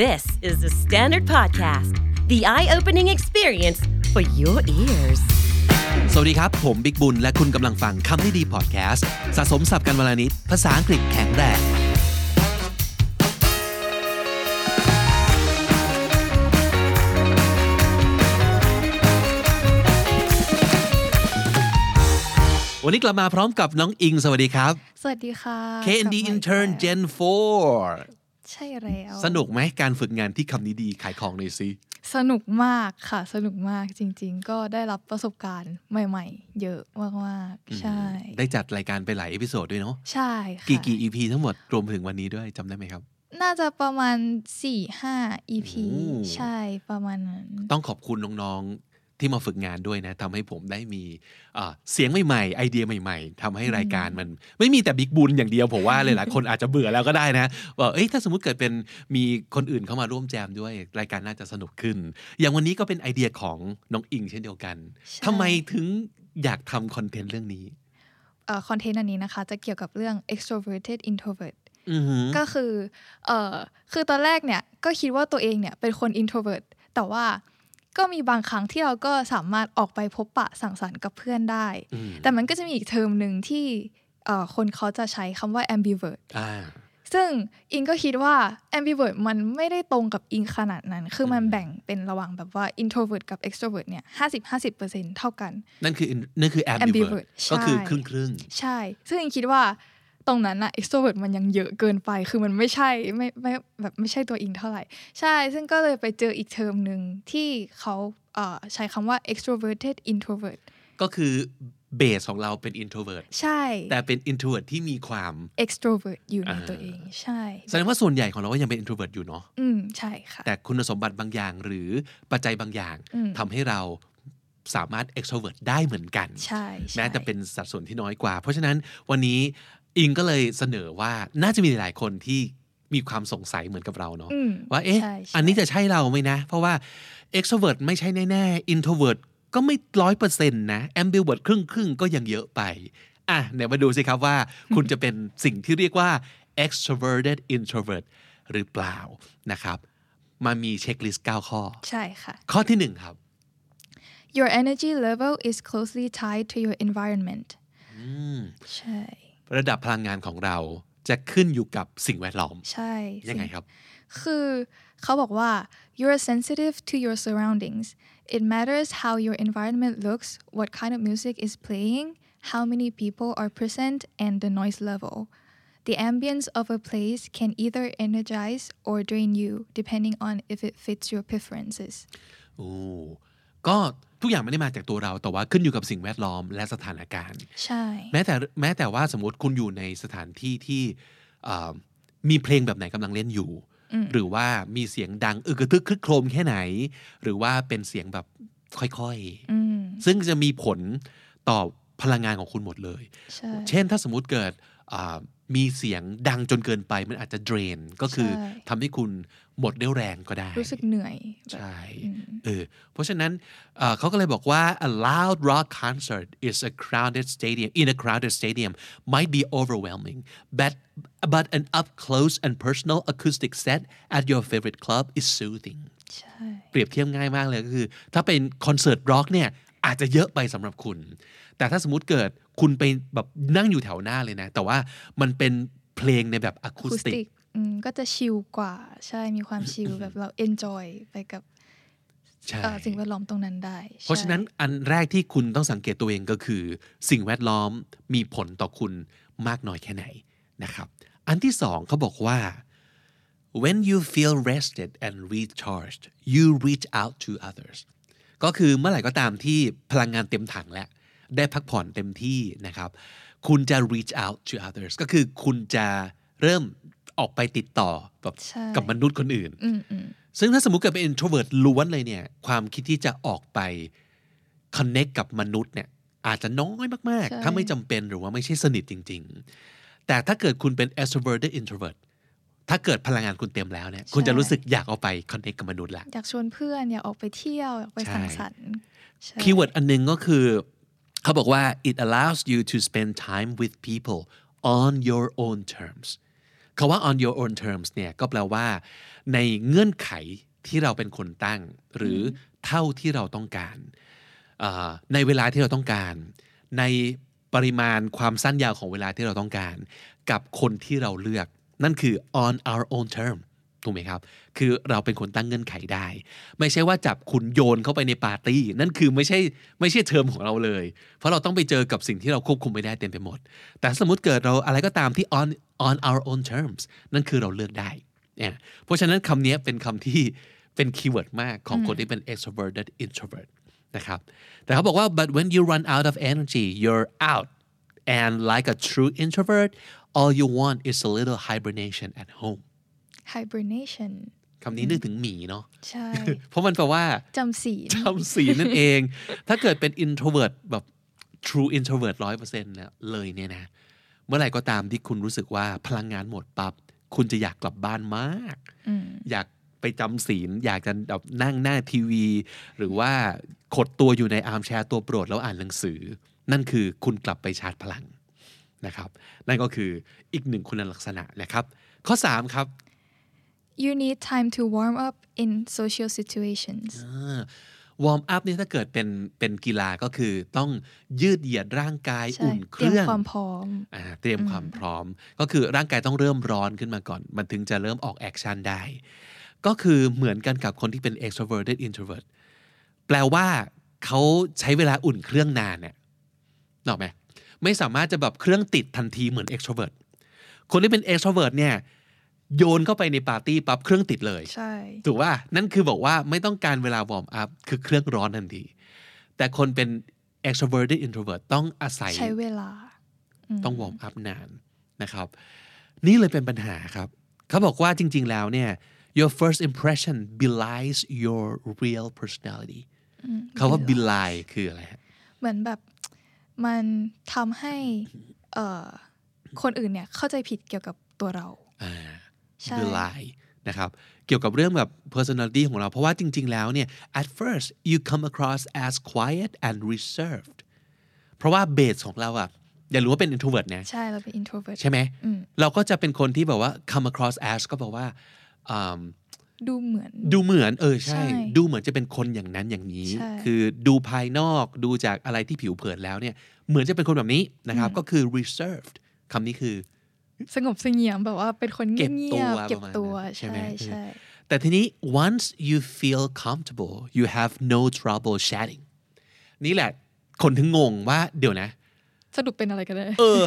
This is the Standard Podcast, the eye opening experience for your ears. สวัสดีครับ ผมบิ๊กบุญ และคุณกำลังฟังคำนี้ดีพอดแคสต์ สะสมสับกันวลานิด ภาษาอังกฤษแข็งแรง วันนี้กลับมาพร้อมกับน้องอิง สวัสดีครับ สวัสดีค่ะ KND กลับมาอีก Intern แล้ว Gen ใช่แล้ว 4 สนุกไหมการฝึกงานที่คำนี้ดีขายของหน่อยสิ สนุกมากค่ะ สนุกมากจริง ๆ ก็ได้รับประสบการณ์ใหม่ ๆ เยอะมากๆ ใช่ ได้จัดรายการไปหลายเอพิโซดด้วยเนาะ ใช่ค่ะ กี่กี่ EP ทั้งหมดรวมถึงวันนี้ด้วยจำได้ไหมครับ น่าจะประมาณ 4-5 EP โอ้ ใช่ประมาณนั้น ต้องขอบคุณน้องๆ ที่มาฝึกงานด้วยนะทำให้ผมได้มีเอ่อเสียงใหม่ๆ ไอเดียใหม่ๆทำให้รายการมัน ไม่มีแต่บิ๊กบุญอย่างเดียว ผมว่าหลายๆ คนอาจจะเบื่อแล้วก็ได้นะว่าเอ้ยถ้าสมมติเกิดเป็นมีคนอื่นเข้ามาร่วมแจมด้วยรายการน่าจะสนุกขึ้น อย่างวันนี้ก็เป็นไอเดียของน้องอิงเช่นเดียวกัน ใช่ ทำไมถึงอยากทำคอนเทนต์เรื่องนี้ คอนเทนต์อันนี้นะคะ จะเกี่ยวกับเรื่อง extroverted introvert อือหือ ก็คือเออคือตอนแรกเนี่ยก็คิดว่าตัวเองเนี่ยเป็นคน introvert แต่ว่าก็มีบางครั้งที่เราก็สามารถออกไปพบปะสังสรรค์กับเพื่อนได้ อืม แต่มันก็จะมีอีกเทอมหนึ่งที่เอ่อคนเขาจะใช้คำว่า ambivert อ่า ซึ่งอิงก็คิดว่า ambivert มันไม่ได้ตรงกับอิงขนาดนั้น คือมัน อืม แบ่งเป็นระหว่างแบบว่า introvert กับ extrovert เนี่ย50-50%เท่ากัน นั่นคือนั่นคือ ambivert ambivert ใช่ ก็คือครึ่งครึ่ง ใช่ ซึ่งอิงคิดว่าตรงนั้นอะ extrovert มันยังเยอะเกินไป คือมันไม่ใช่ไม่ไม่แบบไม่ใช่ตัวอิงเท่าไหร่ ใช่ ซึ่งก็เลยไปเจออีกเทอมหนึ่งที่เขาเอ่อใช้คำว่า extroverted introvert ๆก็คือเบสของเราเป็น introvert ใช่ แต่เป็น introvert ที่มีความ extrovert อยู่ใน อ่า ตัวเอง ใช่ แสดงว่าส่วนใหญ่ของเราก็ยังเป็น introvert อยู่เนาะ อืม ใช่ค่ะ แต่คุณสมบัติบางอย่างหรือปัจจัยบางอย่าง อืม ทำให้เราสามารถ extrovert ได้เหมือนกัน ใช่ แม้ ใช่ จะเป็นสัดส่วนที่น้อยกว่า เพราะฉะนั้นวันนี้อิงก็เลยเสนอว่าน่าจะมีหลายๆคนที่มีความสงสัยเหมือนกับเราเนาะ อืม ว่าเอ๊ะ ใช่ใช่ อันนี้จะใช่เราไหมนะ เพราะว่า extrovert ไม่ใช่แน่ๆ introvert ก็ไม่ร้อยเปอร์เซ็นต์นะ ambivert ครึ่งครึ่งๆก็ยังเยอะไปอ่ะเดี๋ยวมาดูสิครับ ว่า คุณจะเป็นสิ่งที่เรียกว่า extroverted introvert หรือเปล่านะครับมามีเช็คลิสต์9ข้อ ใช่ค่ะ ข้อที่หนึ่งครับ your energy level is closely tied to your environment ใช่ ระดับพลังงานของเราจะขึ้นอยู่กับสิ่งแวดล้อม ใช่ ยังไงครับ คือเขาบอกว่า you're sensitive to your surroundings it matters how your environment looks what kind of music is playing how many people are present and the noise level the ambience of a place can either energize or drain you depending on if it fits your preferences โอ้ก็ทุกอย่างไม่ได้มาจากตัวเรา แต่ว่าขึ้นอยู่กับสิ่งแวดล้อมและสถานการณ์ ใช่ แม้แต่แม้แต่ว่าสมมติคุณอยู่ในสถานที่ที่เอ่อมีเพลงแบบไหนกำลังเล่นอยู่ หรือว่ามีเสียงดังอึกกระทึกครึกโครมแค่ไหน หรือว่าเป็นเสียงแบบค่อย อืม ๆ ซึ่งจะมีผลต่อพลังงานของคุณหมดเลย ใช่ เช่นถ้าสมมุติเกิดอ่ามีเสียงดังจนเกินไปมันอาจจะเดรน ก็คือ ใช่ ทำให้คุณหมดเรี่ยวแรงก็ได้ รู้สึกเหนื่อยแบบ ใช่เออเพราะฉะนั้นเอ่อเขาก็เลยบอกว่า a loud rock concert is a crowded stadium in a crowded stadium might be overwhelming but but an up close and personal acoustic set at your favorite club is soothing ใช่ เปรียบเทียบง่ายมากเลยก็คือ ถ้าเป็นคอนเสิร์ตร็อกเนี่ยอาจจะเยอะไปสำหรับคุณ แต่ถ้าสมมติเกิดคุณไปแบบนั่งอยู่แถวหน้าเลยนะ แต่ว่ามันเป็นเพลงในแบบอะคู คู ส ส ติ ติ ก กอืมก็จะชิลกว่า ใช่มีความชิล แบบเราเอนจอยไปกับ ใช่ เอ่อสิ่งแวดล้อมตรงนั้นได้ เพราะฉะนั้น ใช่ อันแรกที่คุณต้องสังเกตตัวเองก็คือ สิ่งแวดล้อมมีผลต่อคุณมากน้อยแค่ไหนนะครับ อันที่สองเขาบอกว่า when you feel rested and recharged you reach out to others ก็คือเมื่อไหร่ก็ตามที่พลังงานเต็มถังแล้ว ได้พักผ่อนเต็มที่นะครับ คุณจะ reach out to others ก็คือคุณจะเริ่มออกไปติดต่อกับ ใช่ กับมนุษย์คนอื่น อืมอืม ซึ่งถ้าสมมติเกิดเป็น introvert ล้วนเลยเนี่ย ความคิดที่จะออกไป connect กับมนุษย์เนี่ย อาจจะน้อยมาก ๆ ถ้าไม่จำเป็นหรือว่าไม่ใช่สนิทจริง ๆ แต่ถ้าเกิดคุณเป็น extroverted introvert ถ้าเกิดพลังงานคุณเต็มแล้วเนี่ย คุณจะรู้สึกอยากเอาไป connect กับมนุษย์ละ อยากชวนเพื่อน อยากออกไปเที่ยว อยากไป ใช่ สังสรรค์ใช่ คีย์เวิร์ดอันหนึงก็คือ เขาบอกว่า it allows you to spend time with people on your own terms คาว่า on your own terms เนี่ยก็แปลว่า ในเงื่อนไขที่เราเป็นคนตั้ง หรือเท่าที่เราต้องการเอ่อในเวลาที่เราต้องการ ในปริมาณความสั้นยาวของเวลาที่เราต้องการ กับคนที่เราเลือก นั่นคือ on our own term ถูกไหมครับ คือเราเป็นคนตั้งเงื่อนไขได้ ไม่ใช่ว่าจับคุณโยนเข้าไปในปาร์ตี้ นั่นคือไม่ใช่ไม่ใช่เทอมของเราเลย เพราะเราต้องไปเจอกับสิ่งที่เราควบคุมไม่ได้เต็มไปหมด แต่สมมติเกิดเราอะไรก็ตามที่ on on our own terms นั่นคือเราเลือกได้เนี่ยเพราะฉะนั้นคำนี้เป็นคำที่เป็นคีย์เวิร์ดมากของคนที่เป็น extroverted introvert นะครับ แต่เขาบอกว่า but when you run out of energy you're out and like a true introvert all you want is a little hibernation at home hibernation คำนี้นึกถึงหมีเนาะ ใช่ เพราะมันแปลว่า จำศีล จำศีลนั่นเอง ถ้าเกิดเป็น introvert แบบ true introvert ร้อยเปอร์เซ็นต์เลยเนี่ยนะ เมื่อไหร่ก็ตามที่คุณรู้สึกว่าพลังงานหมดปับ๊บ คุณจะอยากกลับบ้านมาก อยากไปจำศีล อยากจะแบบนั่งหน้าทีวี หรือว่าขดตัวอยู่ในอาร์มแชร์ตัวโปรดแล้วอ่านหนังสือ นั่นคือคุณกลับไปชาร์จพลังนะครับ นั่นก็คืออีกหนึ่งคุณลักษณะนะครับ ข้อ 3 ครับ you need time to warm up in social situations วอร์มอัพนี่ถ้าเกิดเป็นเป็นกีฬาก็คือต้องยืดเหยียดร่างกาย ใช่ อุ่นเค เตรียม รื่อง ความพร้อม อ่าเตรียมความพร้อม ก็คือร่างกายต้องเริ่มร้อนขึ้นมาก่อน มันถึงจะเริ่มออกแอคชั่นได้ ก็คือเหมือนกันกับคนที่เป็น extroverted introvert แปลว่าเขาใช้เวลาอุ่นเครื่องนานเนี่ยนกออกไหมไม่สามารถจะแบบเครื่องติดทันทีเหมือน extrovert คนที่เป็น extrovert เนี่ยโยนเข้าไปในปาร์ตี้ปั๊บเครื่องติดเลย ใช่ ถูกว่านั่นคือบอกว่าไม่ต้องการเวลาวอร์มอัพคือเครื่องร้อนทันที แต่คนเป็น extroverted introvert ต้องอาศัย ใช้เวลา ต้องวอร์มอัพนานนะครับ นี่เลยเป็นปัญหาครับ เขาบอกว่าจริง ๆ แล้วเนี่ย your first impression belies your real personality เขาว่า belie คืออะไรฮะ เหมือนแบบ มันทำให้เอ่อคนอื่นเนี่ย เข้าใจผิดเกี่ยวกับตัวเรา อ่า ใช่ belie นะครับ เกี่ยวกับเรื่องแบบ personality ของเราเพราะว่าจริง ๆ แล้วเนี่ย at first you come across as quiet and reserved เพราะว่าเบสของเราอะอย่ารู้ว่าเป็น introvert นะ ใช่เราเป็น introvert ใช่ไหม เราก็จะเป็นคนที่แบบว่า come across as ก็บอกว่าอืม ดูเหมือน ดูเหมือนเออใช่ ใช่ ดูเหมือนจะเป็นคนอย่างนั้นอย่างนี้ ใช่ คือดูภายนอกดูจากอะไรที่ผิวเผินแล้วเนี่ย เหมือนจะเป็นคนแบบนี้นะครับ ก็คือ reserved คำนี้คือ สงบเสงี่ยมแบบว่าเป็นคนเงียบๆ เก็ เก็ บบ ตั ตัว ว ประมาณนั้นใช่ไหม ใช่ใช่ แต่ทีนี้ once you feel comfortable you have no trouble chatting นี่แหละ คนถึงงงว่าเดี๋ยวนะ สรุปเป็นอะไรกันเลย เอ อ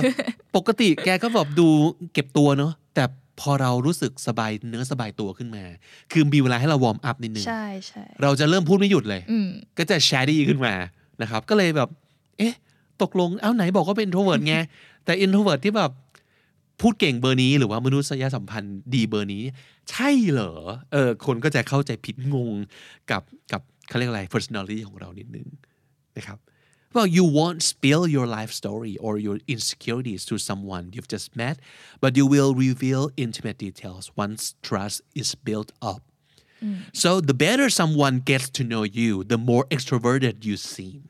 ปกติแกก็แบบดูเก็บตัวเนอะแต่พอเรารู้สึกสบายเนื้อสบายตัวขึ้นมา คือมีเวลาให้เราวอร์มอัพนิดนึง ใช่ใช่ เราจะเริ่มพูดไม่หยุดเลย อืม ก็จะแชดี้ขึ้นมานะครับ ก็เลยแบบ เอ๊ะ ตกลง เอ้าไหนบอกว่าเป็น introvert ไง แต่ introvert ที่แบบ พูดเก่งเบอร์นี้หรือว่ามนุษยสัมพันธ์ดีเบอร์นี้ ใช่เหรอ เออ คนก็จะเข้าใจผิดงงกับกับเขาเรียกอะไร personality ของเรานิดนึงนะครับ Well, you won't spill your life story or your insecurities to someone you've just met, but you will reveal intimate details once trust is built up. So the better someone gets to know you, the more extroverted you seem.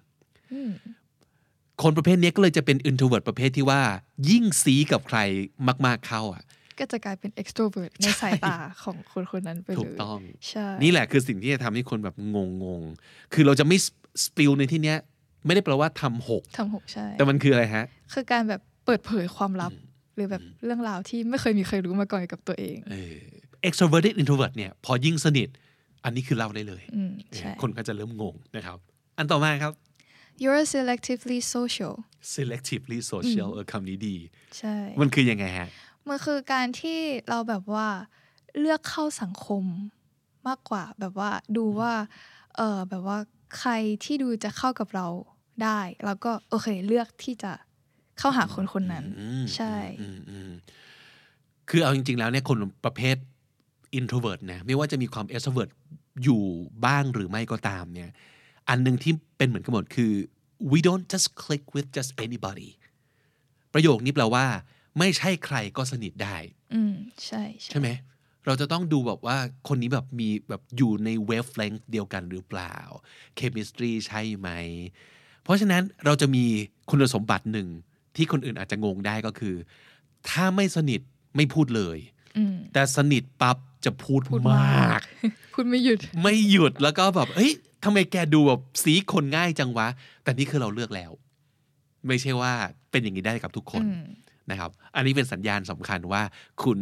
คนประเภทเนี้ยก็เลยจะเป็น introvert ประเภทที่ว่า ยิ่งซีกับใครมาก ๆ เข้าอ่ะ ก็จะกลายเป็น extrovert ในสายตาของคนคนนั้นไปเลย ถูกต้อง ใช่ นี่แหละคือสิ่งที่จะทำให้คนแบบงง ๆ คือเราจะไม่ spill ในที่เนี้ย ไม่ได้แปลว่าทำหก ทำหกใช่ แต่มันคืออะไรฮะ คือการแบบเปิดเผยความลับ หรือแบบเรื่องราวที่ไม่เคยมีใครรู้มาก่อนกับตัวเอง extroverted introvert เนี่ย พอยิ่งสนิท อันนี้คือเล่าได้เลย อืมใช่ คนก็จะเริ่มงงนะครับ อันต่อมาครับ you're selectively social selectively social เออคำนี้ดี ใช่ มันคือยังไงฮะ มันคือการที่เราแบบว่าเลือกเข้าสังคมมากกว่าแบบว่าดูว่าเออแบบว่าใครที่ดูจะเข้ากับเราได้ แล้วก็โอเคเลือกที่จะเข้าหาคนคนนั้น อืม ใช่ อืมอืมคือเอาจริง ๆ แล้วเนี่ยคนประเภท introvert นะไม่ว่าจะมีความ extrovert อยู่บ้างหรือไม่ก็ตามเนี่ย อันหนึ่งที่เป็นเหมือนกันหมดคือ we don't just click with just anybody ประโยคนี้แปลว่า ไม่ใช่ใครก็สนิทได้ อืมใช่ใช่ ใช่ไหม เราจะต้องดูแบบว่าคนนี้แบบมีแบบอยู่ในเวฟเลน h ์เดียวกันหรือเปล่า เคมิสตรีใช่ไหม เพราะฉะนั้นเราจะมีคุณสมบัติหนึ่งที่คนอื่นอาจจะงงได้ก็คือ ถ้าไม่สนิท ไม่พูดเลย แต่สนิทปั๊บจะพูด พูด ม ม าก าก คุณไม่หยุด ไม่หยุดแล้วก็แบบ เอ้ยทำไมแกดูแบบสีคนง่ายจังวะ แต่นี่คือเราเลือกแล้ว ไม่ใช่ว่าเป็นอย่างนี้ได้กับทุกคนนะครับ อันนี้เป็นสัญญาณสำคัญว่าคุณ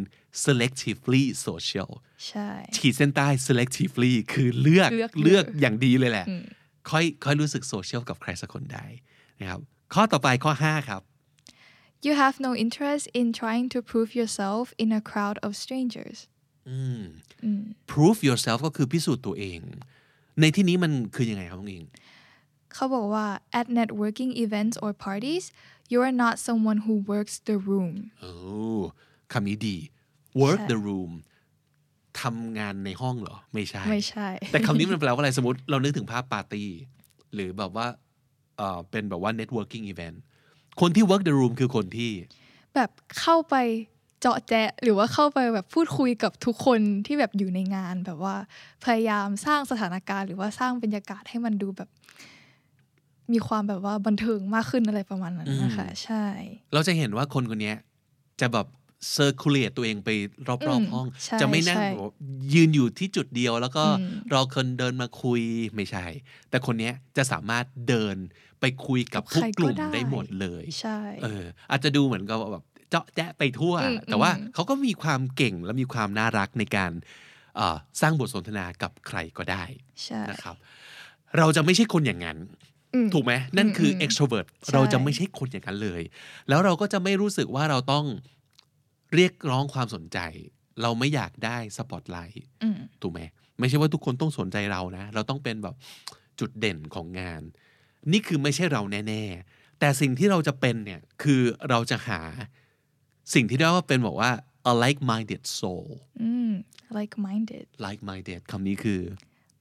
selectively social ใช่ ขีดเส้นใต้ selectively คือเลือก เลือก เลือกอย่างดีเลยแหละ อืม ค่อยค่อยรู้สึกโซเชียลกับใครสักคนได้นะครับ ข้อต่อไปข้อ 5 ครับ you have no interest in trying to prove yourself in a crowd of strangers อืม prove yourself ก็คือพิสูจน์ตัวเอง ในที่นี้มันคือยังไงครับน้องอิง เขาบอกว่า at networking events or parties you are not someone who works the room โอ้คำนี้ดี work the room ทำงานในห้องเหรอ ไม่ใช่ ไม่ใช่ แต่คำนี้มันแปลว่าอะไรสมมติเรานึกถึงภาพปาร์ตี้ หรือแบบว่าเอ่อเป็นแบบว่า networking event คนที่ work the room คือคนที่ แบบเข้าไปเจาะแจะหรือว่าเข้าไปแบบพูดคุยกับทุกคนที่แบบอยู่ในงานแบบว่าพยายามสร้างสถานการณ์ หรือว่าสร้างบรรยากาศให้มันดูแบบ มีความแบบว่าบันเทิงมากขึ้นอะไรประมาณนั้นนะคะ ใช่ เราจะเห็นว่าคนคนเนี้ยจะแบบเซอร์คูลเลตตัวเองไปรอบ อืม ๆห้อง ใช่ จะไม่นั่ง ใช่ แบบยืนอยู่ที่จุดเดียว แล้วก็ อืม รอคนเดินมาคุยไม่ใช่ แต่คนเนี้ยจะสามารถเดินไปคุยกับ กับ ทุก ใคร กลุ่ม ก็ได้ ได้หมดเลย ใช่ เอออาจจะดูเหมือนกับแบบเจาะแจ๊ะไปทั่ว อืม แต่ว่า อืม เขาก็มีความเก่งและมีความน่ารักในการเอ่อสร้างบทสนทนากับใครก็ได้ ใช่ นะครับ เราจะไม่ใช่คนอย่างนั้น อืม ถูกไหมนั่นคืออ ม extrovert ใช่ เราจะไม่ใช่คนอย่างนั้นเลย แล้วเราก็จะไม่รู้สึกว่าเราต้องเรียกร้องความสนใจ เราไม่อยากได้สปอตไลท์ อืม ถูกไหมไม่ใช่ว่าทุกคนต้องสนใจเรานะ เราต้องเป็นแบบจุดเด่นของงาน นี่คือไม่ใช่เราแน่ๆ แต่สิ่งที่เราจะเป็นเนี่ย คือเราจะหาสิ่งที่เรียกว่าเป็นบอกว่า a like-minded soul อืม like minded like-minded คำนี้คือ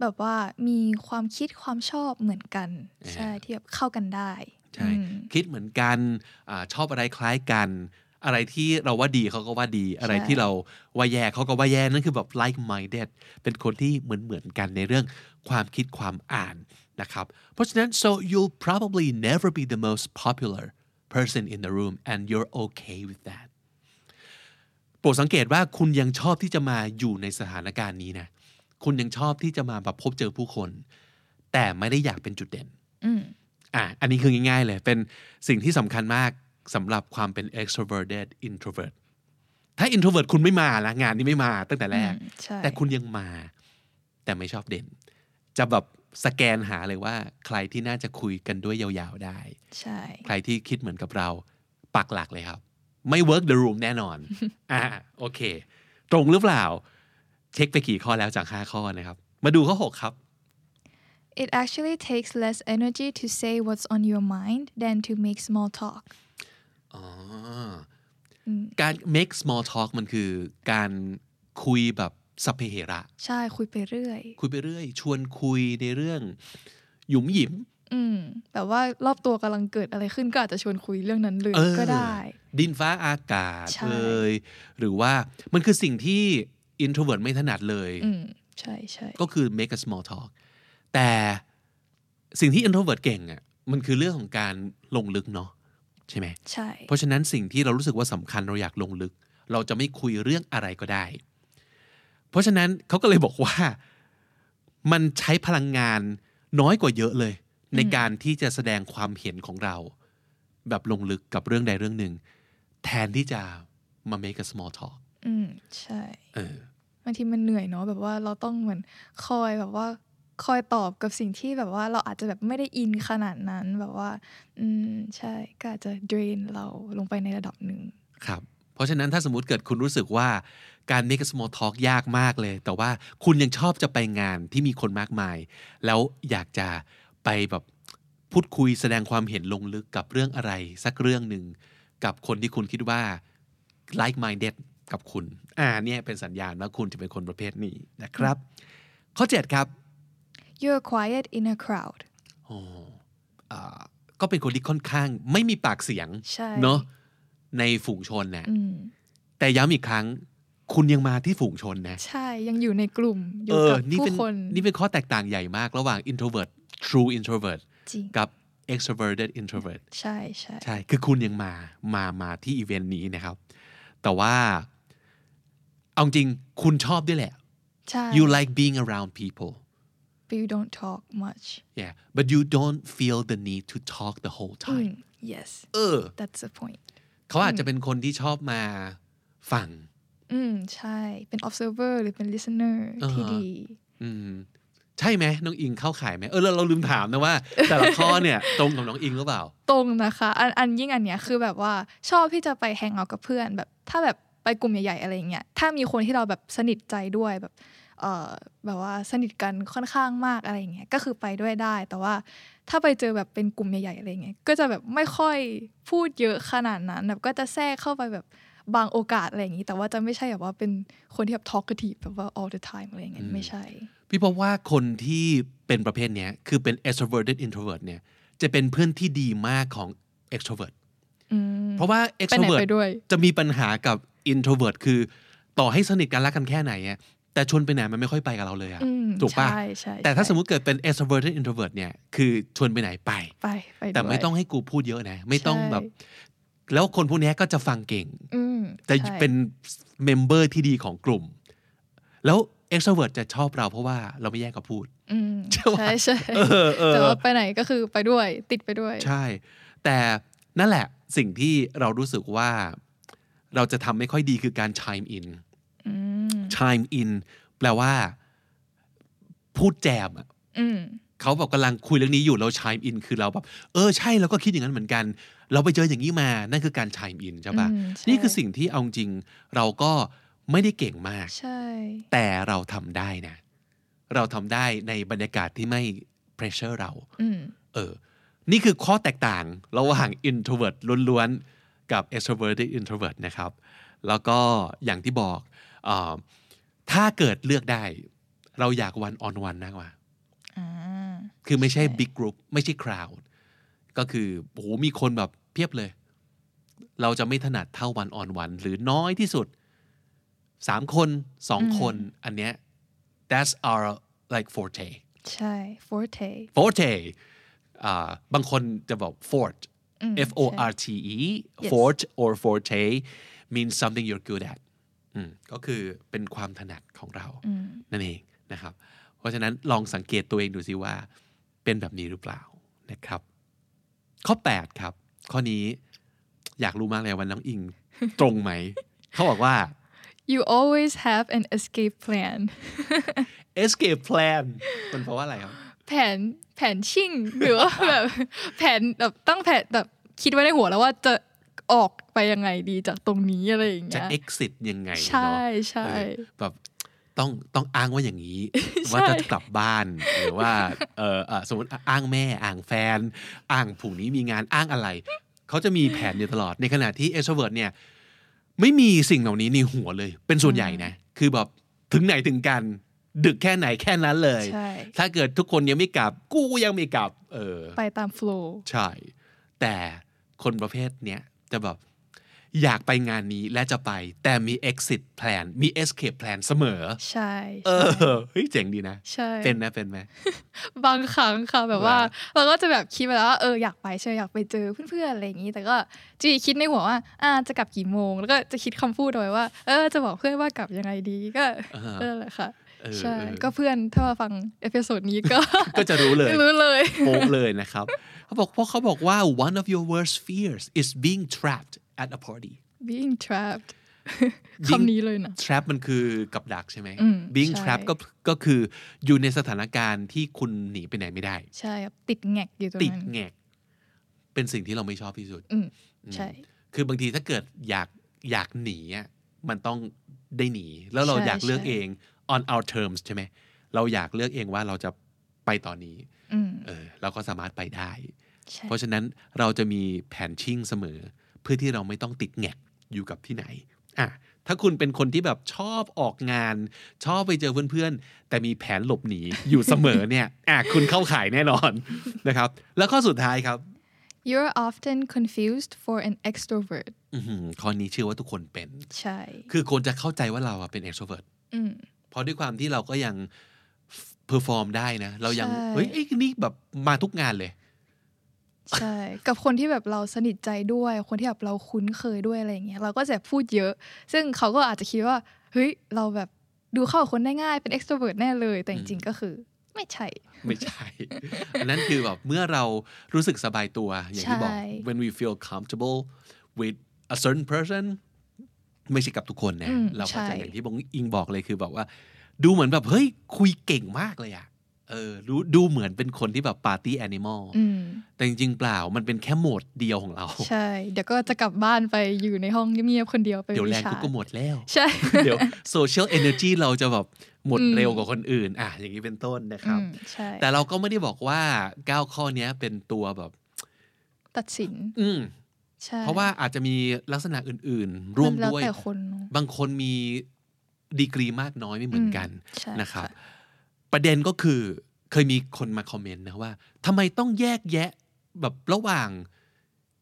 แบบว่ามีความคิดความชอบเหมือนกัน อ่า ใช่ที่แบบเข้ากันได้ ใช่ อืม คิดเหมือนกันอาชอบอะไรคล้ายกัน อะไรที่เราว่าดีเขาก็ว่าดี อะไรที่เราว่าแย่เขาก็ว่าแย่นั่นคือแบบ like minded เป็นคนที่เหมือนเหมือนกันในเรื่องความคิดความอ่านนะครับเพราะฉะนั้น so you'll probably never be the most popular person in the room and you're okay with that โปรดสังเกตว่าคุณยังชอบที่จะมาอยู่ในสถานการณ์นี้นะ คุณยังชอบที่จะมาแบบพบเจอผู้คน แต่ไม่ได้อยากเป็นจุดเด่น อืม อ่ะอันนี้คือง่ายๆเลย เป็นสิ่งที่สำคัญมากสำหรับความเป็น extroverted introvert ถ้า introvert คุณไม่มาละงานนี้ไม่มาตั้งแต่แรก อืมใช่ แต่คุณยังมา แต่ไม่ชอบเด่น จะแบบสแกนหาเลยว่า ใครที่น่าจะคุยกันด้วยยาวๆได้ ใช่ ใครที่คิดเหมือนกับเราปักหลักเลยครับ ไม่ work the room แน่นอน อ่าโอเค ตรงหรือเปล่า เช็คไปกี่ข้อแล้วจาก 5 ข้อนะครับ มาดูข้อ 6 ครับ It actually takes less energy to say what's on your mind than to make small talk อ๋ออการ make small talk มันคือการคุยแบบสัพเพเหระ ใช่ คุยไปเรื่อย คุยไปเรื่อย ชวนคุยในเรื่อง หยุมหยิม อืม แบบว่ารอบตัวกำลังเกิดอะไรขึ้นก็อาจจะชวนคุยเรื่องนั้นเลย เออ ก็ได้ ดินฟ้าอากาศ ใช่ เอ่ยหรือว่ามันคือสิ่งที่ introvert ไม่ถนัดเลย อืม ใช่ใช่ ก็คือ make a small talk แต่สิ่งที่ introvert เก่งอ่ะมันคือเรื่องของการลงลึกเนาะใช่ไหม ใช่ เพราะฉะนั้นสิ่งที่เรารู้สึกว่าสำคัญเราอยากลงลึก เราจะไม่คุยเรื่องอะไรก็ได้ เพราะฉะนั้นเขาก็เลยบอกว่า มันใช้พลังงานน้อยกว่าเยอะเลย ในการที่จะแสดงความเห็นของเรา แบบลงลึกกับเรื่องใดเรื่องหนึ่ง แทนที่จะมา make a small talk อืม ใช่ เออบ างทีมันเหนื่อยเนาะแบบว่าเราต้องเหมือนคอยแบบว่าคอยตอบกับสิ่งที่แบบว่าเราอาจจะแบบไม่ได้อินขนาดนั้นแบบว่า อืม ใช่ก็อาจจะ drain เราลงไปในระดับหนึ่ง ครับ เพราะฉะนั้นถ้าสมมติเกิดคุณรู้สึกว่าการ make a small talk ยากมากเลย แต่ว่าคุณยังชอบจะไปงานที่มีคนมากมาย แล้วอยากจะไปแบบพูดคุยแสดงความเห็นลงลึกกับเรื่องอะไร สักเรื่องหนึ่งกับคนที่คุณคิดว่า like minded กับคุณ อ่าเนี่ยเป็นสัญญาณว่าคุณจะเป็นคนประเภทนี้นะครับ ข้อ 7 ครับ you're quiet in a crowd โอ้อ่าก็เป็นคนที่ค่อนข้างไม่มีปากเสียง ใช่ เนาะในฝูงชนนะ อืม แต่ย้ำอีกครั้ง คุณยังมาที่ฝูงชนนะ ใช่ ยังอยู่ในกลุ่ม อ เอยู่ อ กับ นี่ ผู้ เป็น คน นี่เป็นข้อแตกต่างใหญ่มากระหว่าง introvert true introvert จริง กับ extroverted introvert ใช่ใช่ ใช่ คือคุณยังมา มา มาที่อีเวนต์นี้นะครับ แต่ว่า เอาจริงคุณชอบด้วยแหละ ใช่ you like being around people but you don't talk much yeah but you don't feel the need to talk the whole time Mm, yes เออ that's the point เขาอาจจะเป็นคนที่ชอบมาฟัง อืมใช่ เป็น observer หรือเป็น listener อ่าฮะ ที่ดี อืมใช่ไหมน้องอิงเข้าขายไหมเออเราเราลืมถามนะว่า แต่ละข้อเนี่ย ตรงกับน้องอิงหรือเปล่า ตรงนะคะ อันอันยิ่งอันเนี้ยคือแบบว่าชอบที่จะไปแฮงเอาท์กับเพื่อนแบบ ถ้าแบบไปกลุ่มใหญ่ๆอะไรอย่างเงี้ยถ้ามีคนที่เราแบบสนิทใจด้วยแบบเอ่อแบบว่าสนิทกันค่อนข้างมากอะไรอย่างเงี้ยก็คือไปด้วยได้ แต่ว่าถ้าไปเจอแบบเป็นกลุ่มใหญ่ๆอะไรอย่างเงี้ยก็จะแบบไม่ค่อยพูดเยอะขนาดนั้นแบบก็จะแทรกเข้าไปแบบบางโอกาสอะไรอย่างงี้ แต่ว่าจะไม่ใช่แบบว่าเป็นคนที่แบบ talkative แบบว่า all the time อะไรอย่างเงี้ยไม่ใช่ พี่พบว่าคนที่เป็นประเภทเนี้ยคือเป็น extroverted introvert เนี่ยจะเป็นเพื่อนที่ดีมากของ extrovert อืม เพราะว่า ไปไหน extrovert ไปด้วย จะมีปัญหากับ introvert คือต่อให้สนิทกันรักกันแค่ไหนอะแต่ชวนไปไหนมันไม่ค่อยไปกับเราเลยอะ อืม ถูกปะ ใช่ใช่ แต่ถ้าส ใช่ มมุติเกิดเป็น extroverted introvert เนี่ยคือชวนไปไหนไป ไปไปด้วย แต่ไม่ต้องให้กูพูดเยอะนะ ไม่ต้อง ใช่ แบบ แล้วคนพวกเนี้ยก็จะฟังเก่ง อืม จะ ใช่ เป็นเมมเบอร์ที่ดีของกลุ่ม แล้ว extrovert จะชอบเราเพราะว่าเราไม่แย่กับ พูด อืม ใช่ปะ ใช่ใช่ เออเออ แต่ว่าไปไหนก็คือไปด้วยติดไปด้วย ใช่ แต่นั่นแหละสิ่งที่เรารู้สึกว่าเราจะทำไม่ค่อยดีคือการ chime in อืม chime in แปลว่า พูดแจมอะ อืม เขาแบบกำลังคุยเรื่องนี้อยู่เราชายอินคือเราแบบเออใช่เราก็คิดอย่างนั้นเหมือนกัน เราไปเจออย่างนี้มานั่นคือการชายอินใช่ปะ อืมใช่ นี่คือสิ่งที่เอาจริงเราก็ไม่ได้เก่งมาก ใช่ แต่เราทำได้นะ เราทำได้ในบรรยากาศที่ไม่ pressure เรา อืม เออ นี่คือข้อแตกต่างระหว่าง introvert ล้วนๆ กับ extroverted introvert นะครับ แล้วก็อย่างที่บอกเออถ้าเกิดเลือกได้ เราอยาก one on one มากกว่า อ่า คือไม่ใช่ ใช่ big group ไม่ใช่ crowd ก็คือโอ้โหมีคนแบบเพียบเลย เราจะไม่ถนัดเท่าวันออนวันหรือน้อยที่สุดสามคนสองคน อันเนี้ย that's our like forte ใช่ forte forte อ่าบางคนจะบอก fort อืม F O R T E Yes. fort or forte means something you're good at อืมก็คือเป็นความถนัดของเรา อืม นั่นเองนะครับ เพราะฉะนั้นลองสังเกตตัวเองดูสิว่า เป็นแบบนี้หรือเปล่านะครับ ข้อ 8 ครับ ข้อนี้อยากรู้มากเลยวันน้องอิง ตรงไหม เขาบอกว่า you always have an escape plan escape plan มันเพราะว่าอะไรครับ แผนแผนชิ่ง หรือว่าแบบ แผนแบบตั้งแผนแบบคิดไว้ในหัวแล้วว่าจะออกไปยังไงดีจากตรงนี้อะไรอย่าง จะ เงี้ย exit ยังไง ใช่ เนาะ ใช่ เออแบบต้องต้องอ้างว่าอย่าง นี้ ว่าจะกลับบ้าน หรือว่าเออเอ่อสมมติอ้างแม่อ้างแฟน อ้างผู้นี้มีงานอ้างอะไร เขาจะมีแผนอยู่ตลอดในขณะที่ extrovert เนี่ย ไม่มีสิ่งเหล่านี้ในหัวเลย เป็นส่วนใหญ่นะ คือแบบถึงไหนถึงกัน ดึกแค่ไหนแค่นั้นเลย ใช่ ถ้าเกิดทุกคนยังไม่กลับ กูยังไม่กลับ เออ ไปตาม flow ใช่ แต่คนประเภทเนี้ยจะแบบอยากไปงานนี้และจะไป แต่มี exit plan มี escape plan เสมอ ใช่ เอ ใช่ อ เฮ้ยเจ๋งดีนะ ใช่ เป็นนะเป็นไหม บางครั้งค่ะแบบว่า ว่า เราก็จะแบบคิดไปแล้วว่าเอออยากไปเชียวอยากไปเจอเพื่อนๆอะไรอย่างนี้ แต่ก็จะคิดในหัวว่าอ่าจะกลับกี่โมง แล้วก็จะคิดคำพูดเอาไว้ว่า เออจะบอกเพื่อนว่ากลับยังไงดีก็ อ่า เออแหละค่ะ เออ ใช่ เออ ก็เพื่อนถ้ามาฟังเอพิโซดนี้ก็ ก็จะรู้เลย รู้เลย โป๊ะเลยนะครับ เขาบอกเพราะเขาบอกว่า one of your worst fears is being trapped at a party being trapped Being- คำนี้เลยนะ trap มันคือกับดักใช่ไหม อืม being ใช่ trap ก็ก็คืออยู่ในสถานการณ์ที่คุณหนีไปไหนไม่ได้ ใช่ครับติดแงกอยู่ตรง ติด นั้น แงก เป็นสิ่งที่เราไม่ชอบที่สุด อืมใช่ คือบางทีถ้าเกิดอยากอยากหนีอะมันต้องได้หนี แล้วเรา ใช่ อยากเลือก ใช่ เอง on our terms ใช่ไหมเราอยากเลือกเองว่าเราจะไปตอนนี้ อืม เออเราก็สามารถไปได้ ใช่ เพราะฉะนั้นเราจะมีแผนชิ่งเสมอ เพื่อที่เราไม่ต้องติดแงกอยู่กับที่ไหนอ่ะถ้าคุณเป็นคนที่แบบชอบออกงาน ชอบไปเจอเพื่อนๆ แต่มีแผนหลบหนีอยู่เสมอ เนี่ยอ่ะคุณเข้าข่ายแน่นอนนะครับ แล้วข้อสุดท้ายครับ you're often confused for an extrovert อื้อหือข้อนี้เชื่อว่าทุกคนเป็น ใช่ คือคนจะเข้าใจว่าเราอะเป็น extrovert อืม เพราะด้วยความที่เราก็ยัง perform ได้นะ เรายัง ใช่ เฮ้ยไอ้นี่แบบมาทุกงานเลย ใช่ กับคนที่แบบเราสนิทใจด้วย คนที่แบบเราคุ้นเคยด้วยอะไรอย่างเงี้ยเราก็จะพูดเยอะ ซึ่งเขาก็อาจจะคิดว่า เฮ้ย เราแบบดูเข้ากับคนได้ง่ายเป็น extrovert แน่เลย แต่จริงๆก็คือไม่ใช่ ไม่ใช่ อันนั้นคือแบบเมื่อเรารู้สึกสบายตัวอย่างที่บอก ใช่ when we feel comfortable with a certain person ไม่ใช่กับทุกคนนะ อืม เราก็ ใช่ จะอย่างที่บงอิงบอกเลยคือแบบว่า ดูเหมือนแบบ เฮ้ย คุยเก่งมากเลยอะเออรู้ดูเหมือนเป็นคนที่แบบปาร์ตี้แอนิมอล อืม แต่จริงๆเปล่ามันเป็นแค่โหมดเดียวของเรา ใช่ เดี๋ยวก็จะกลับบ้านไปอยู่ในห้องเงียบๆคนเดียวไป เดี๋ยวแรง ชา กูก็หมดแล้ว ใช่ เดี๋ยวโซเชียลเอเนอร์จีเราจะแบบหมด อืม เร็วกว่าคนอื่น อ่ะ อย่างนี้เป็นต้นนะค อื รับ มใช่ แต่เราก็ไม่ได้บอกว่า 9 ข้อเนี้ยเป็นตัวแบบ ตัดสิน อืม ใช่ เพราะว่าอาจจะมีลักษณะอื่นๆ ร่วม นแล้ ด้วย แต่คนเนอะ บางคนมีดีกรีมากน้อยไม่เหมือนกัน ใช่ นะครับ ประเด็นก็คือเคยมีคนมาคอมเมนต์นะว่าทำไมต้องแยกแยะแบบระหว่าง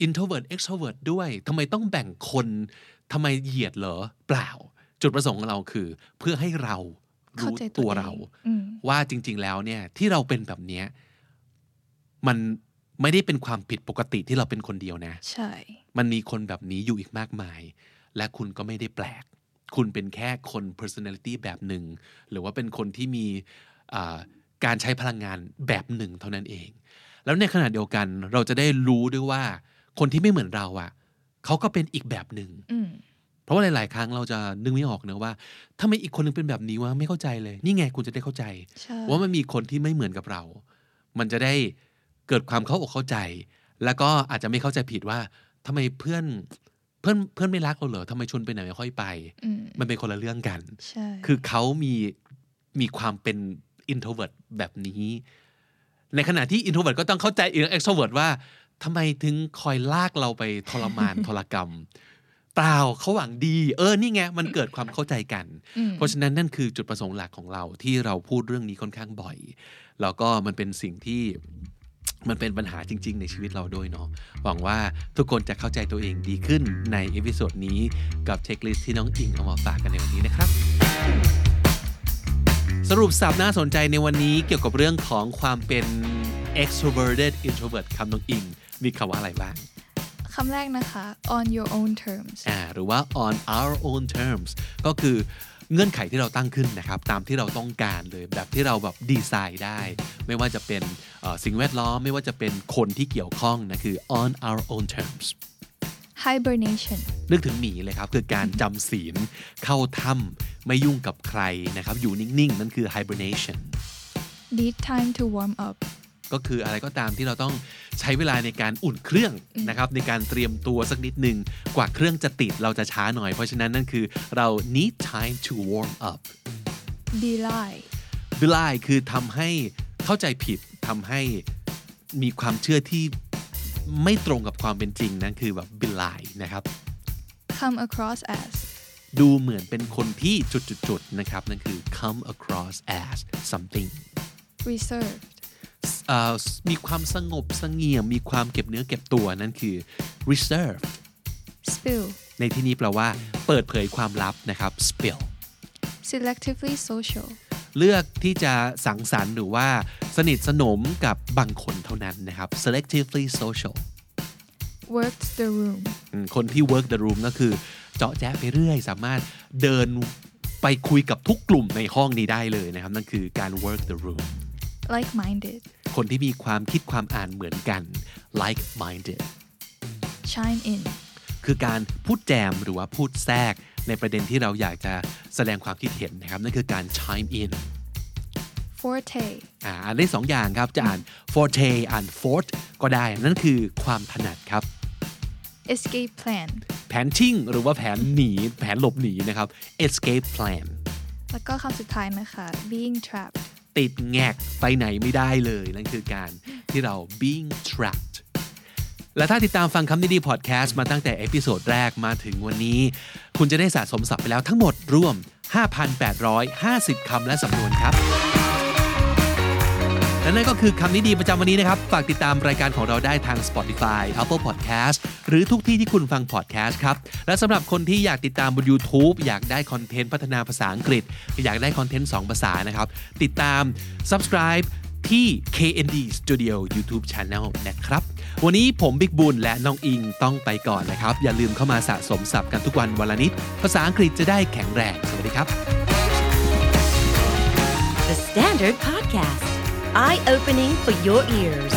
introvert extrovert ด้วยทำไมต้องแบ่งคนทำไมเหยียดเหรอ เปล่า จุดประสงค์ของเราคือ เพื่อให้เรา เข้า รู้ ใจ ตัว อง เรา อืม ว่าจริง ๆ แล้วเนี่ยที่เราเป็นแบบเนี้ยมันไม่ได้เป็นความผิดปกติที่เราเป็นคนเดียวนะ ใช่ มันมีคนแบบนี้อยู่อีกมากมาย และคุณก็ไม่ได้แปลก คุณเป็นแค่คน personality แบบหนึ่ง หรือว่าเป็นคนที่มีอ่าการใช้พลังงานแบบหนึ่งเท่านั้นเอง แล้วในขณะเดียวกันเราจะได้รู้ด้วยว่า คนที่ไม่เหมือนเราอะ่ะเขาก็เป็นอีกแบบหนึ่ง อืม เพราะว่าหลาย ๆ ครั้งเราจะนึกไม่ออกนะว่าทำไมอีกคนหนึงเป็นแบบนี้วะไม่เข้าใจเลย นี่ไงคุณจะได้เข้าใจ ใช่ ว่ามันมีคนที่ไม่เหมือนกับเรา มันจะได้เกิดความเข้าอกเข้าใจ แล้วก็อาจจะไม่เข้าใจผิดว่าทำไมเพื่อนเพื่อนเพื่อนไม่รักเราเหรอทำไมชวนไปไหนไม่ค่อยไป อืม มันเป็นคนละเรื่องกัน ใช่ คือเขามีมีความเป็น introvert แบบนี้ ในขณะที่ introvert ก็ต้องเข้าใจ extrovert ว่าทำไมถึงคอยลากเราไปทรมาน ทรกรรม เปล่าเขาหวังดี เออ นี่ไง มันเกิดความเข้าใจกัน ม เพราะฉะนั้นนั่นคือจุดประสงค์หลักของเราที่เราพูดเรื่องนี้ค่อนข้างบ่อย แล้วก็มันเป็นสิ่งที่ มันเป็นปัญหาจริง ๆ ในชีวิตเราด้วยเนาะหวังว่าทุกคนจะเข้าใจตัวเองดีขึ้นในเอพิโซดนี้กับเช็คลิสที่น้องอิงเอามาฝากกันในวันนี้นะครับ สรุปสับน่าสนใจในวันนี้เกี่ยวกับเรื่องของความเป็น extroverted introvert คำน้องอิง มีคำว่าอะไรบ้าง คำแรกนะคะ on your own terms อ่าหรือว่า on our own terms ก็คือเงื่อนไขที่เราตั้งขึ้นนะครับ ตามที่เราต้องการเลยแบบที่เราแบบดีไซน์ได้ ไม่ว่าจะเป็นเอ่อสิ่งแวดล้อม ไม่ว่าจะเป็นคนที่เกี่ยวข้องนะคือ on our own terms hibernation นึกถึงหมีเลยครับ คือการจำศีลเข้าถ้ำไม่ยุ่งกับใครนะครับ อยู่นิ่ง ๆ นั่นคือ hibernation need time to warm up ก็คืออะไรก็ตามที่เราต้องใช้เวลาในการอุ่นเครื่องนะครับ ในการเตรียมตัวสักนิดหนึ่งกว่าเครื่องจะติดเราจะช้าหน่อย เพราะฉะนั้นนั่นคือเรา need time to warm up belie belie คือทำให้เข้าใจผิดทำให้มีความเชื่อที่ไม่ตรงกับความเป็นจริงนั่นคือแบบ belie นะครับ come across as ดูเหมือนเป็นคนที่จุดๆๆนะครับ นั่นคือ come across as something reserved เอ่อมีความสงบเสงเงียมมีความเก็บเนื้อเก็บตัวนั่นคือ reserve spill ในที่นี้แปลว่า เปิดเผยความลับนะครับ spill selectively social เลือกที่จะสังสรรค์หรือว่าสนิทสนมกับบางคนเท่านั้นนะครับ selectively social worked the room อืมคนที่ work the room ก็คือ เจาะแจ๊ะไปเรื่อย สามารถเดินไปคุยกับทุกกลุ่มในห้องนี้ได้เลยนะครับ นั่นคือการ work the room like minded คนที่มีความคิดความอ่านเหมือนกัน like minded chime in คือการพูดแจมหรือว่าพูดแทรกในประเด็นที่เราอยากจะแสดงความคิดเห็นนะครับ นั่นคือการ chime in forte อ่าอ่านได้สองอย่างครับ จะอ่าน forte อ่าน fort ก็ได้ นั่นคือความถนัดครับ escape plan แผนชิ่ง หรือว่าแผนหนี แผนหลบหนีนะครับ escape plan แล้วก็คำสุดท้ายนะคะ being trapped ติดแงกไปไหนไม่ได้เลย นั่นคือการที่เรา being trapped และถ้าติดตามฟังคำนี้ดีพอดแคสต์มาตั้งแต่เอพิโซดแรกมาถึงวันนี้ คุณจะได้สะสมศัพท์ไปแล้วทั้งหมดรวม 5,850 คำและสำนวนครับ และนั่นก็คือคำนี้ดีประจำวันนี้นะครับ ฝากติดตามรายการของเราได้ทาง Spotify Apple Podcast หรือทุกที่ที่คุณฟัง podcast ครับ และสำหรับคนที่อยากติดตามบน YouTube อยากได้คอนเทนต์พัฒนาภาษาอังกฤษ อยากได้คอนเทนต์ 2 ภาษานะครับ ติดตาม subscribe ที่ KND Studio YouTube Channel นะครับ วันนี้ผมบิ๊กบุญและน้องอิงต้องไปก่อนนะครับ อย่าลืมเข้ามาสะสมศัพท์กันทุกวันวันละนิด ภาษาอังกฤษจะได้แข็งแรง สวัสดีครับ The Standard Podcast, eye opening for your ears.